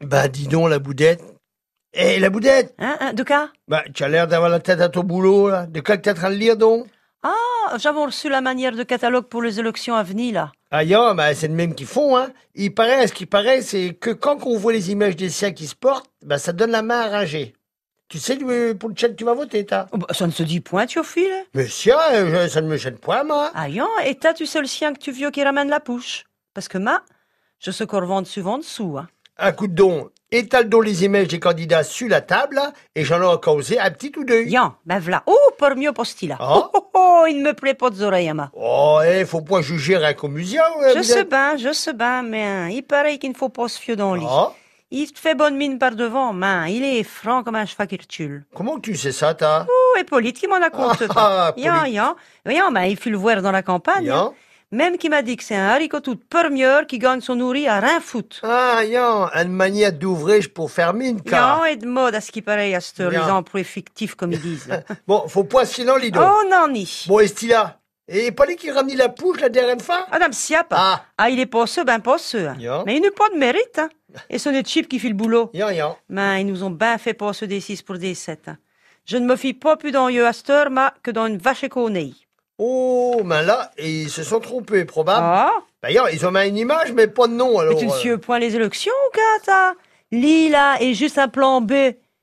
Bah, dis donc, la boudette. Hé, la boudette Hein, hein, de quoi Bah, tu as l'air d'avoir la tête à ton boulot, là. De quoi que t'es en train de lire, donc Ah, j'avais reçu la manière de catalogue pour les élections à venir, là. Ah, ya, bah, c'est le même qu'ils font, hein. Il paraît, à ce qui paraît, c'est que quand on voit les images des siens qui se portent, bah, ça donne la main à ranger. Tu sais, euh, pour le chat, tu vas voter, t'as Oh, bah, ça ne se dit point, tu fil. Mais si, hein, je- ça ne me gêne point, moi. Ah, yon, et t'as tu seul chien que tu vieux qui ramène la pouche Parce que ma, je se corvente souvent dessous, hein. Un coup de don. Étale Ah, donc les images des candidats sur la table, là, et j'en aurai causé un petit ou deux. Yon, ben v'là. Oh, pour mieux posti là. Ah. Oh, oh, oh, il ne me plaît pas de oreilles, hein, ma. Oh, eh, faut pas juger rien qu'au musée, ouais, Je vous sais êtes- bien, je sais bien, mais hein, il paraît qu'il ne faut pas se fier dans le lit. Ah, Il te fait bonne mine par devant, mais hein, il est franc comme un cheval qui recule. comment tu sais ça, t'as Oh, et Polite qui m'en a conté. Ah, ah, Yon, Polyte. yon. Yon, ben, il fut le voir dans la campagne. hein. Yan. Même qui m'a dit que c'est un haricot tout permieur qui gagne son nourri à rien foutre. Ah, Yan, une manière d'ouvrir pour fermer une carte. Non, et de mode à ce qui paraît à ce les Bien. emplois fictifs comme ils disent. là. Bon, faut pas sinon, Lido. oh non ni. Bon, est là Et pas lui qui ramène la pouche la dernière fois Adam Siap, Ah. ah. il est pas ben pas hein. Bien. Mais il n'a pas de mérite. Hein. Et ce n'est Chip qui fait le boulot. Yan, yan. Mais ils nous ont bien fait passer des 6 pour des 7. hein. Je ne me fie pas plus dans eux à cette heure, ma, que dans une vache éconée. Oh, mais là, ils se sont trompés, probable. Ah, Bah, yan, ils ont mis une image, mais pas de nom, alors. mais tu ne euh, suis point les élections, Kata. Lila est juste un plan B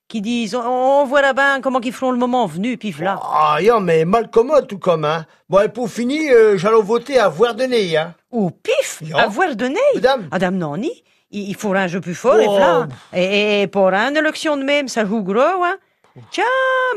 qui disent on, on verra bien comment ils feront le moment venu, puis voilà. Ah, yan, mais mal commode, tout comme, hein. Bon, et pour finir, euh, j'allais voter à voir de nez, hein. Au pif, Ja. avoir donné. Madame. Madame Nani, il il faut un jeu plus fort, et Oh. voilà. Et, et pour une élection de même, ça joue gros, hein. Tiens,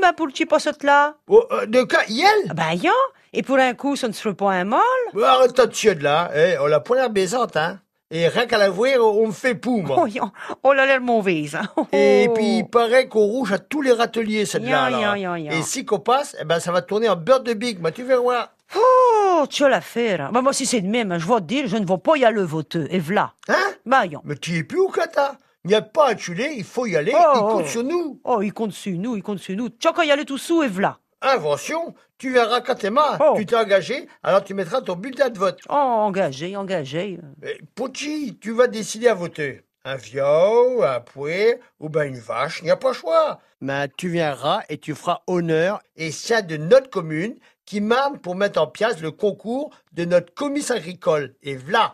bah pour le petit poste là, Oh, euh, de quoi Yel bah y'a, et pour un coup, ça ne serait pas un mal. Bah, Arrête-toi de chier de là. Eh, on l'a pas l'air baisante, hein. Et rien qu'à l'avouer, on me fait pou, moi. Oh, y'a, oh, elle a l'air mauvaise. hein. Oh, Et oh. puis, il paraît qu'on rouge à tous les râteliers, celle-là. Yan, là. hein. yan, yan, yan. Et si qu'on passe, eh ben, ça va tourner en beurre de big. Bah, tu verras. Oh, tu as l'affaire. Bah, moi, si c'est de même, je vais te dire, je ne vais pas y aller voter, et voilà. Hein Bah y'a. Mais tu es plus ou quoi, t'as Il n'y a pas à tuer, il faut y aller, Oh, il compte oh. sur nous. Oh, il compte sur nous, il compte sur nous. Tiens, quand y aller tout sous, et voilà. Invention, tu verras quand t'es marre. Oh. Tu t'es engagé, alors tu mettras ton bulletin de vote. Oh, engagé, engagé. Eh, Pochi, tu vas décider à voter. Un viol, un pouet, ou ben une vache, il n'y a pas choix. Mais Bah, tu viendras et tu feras honneur et ça de notre commune qui marne pour mettre en pièce le concours de notre commissaire agricole. Et voilà,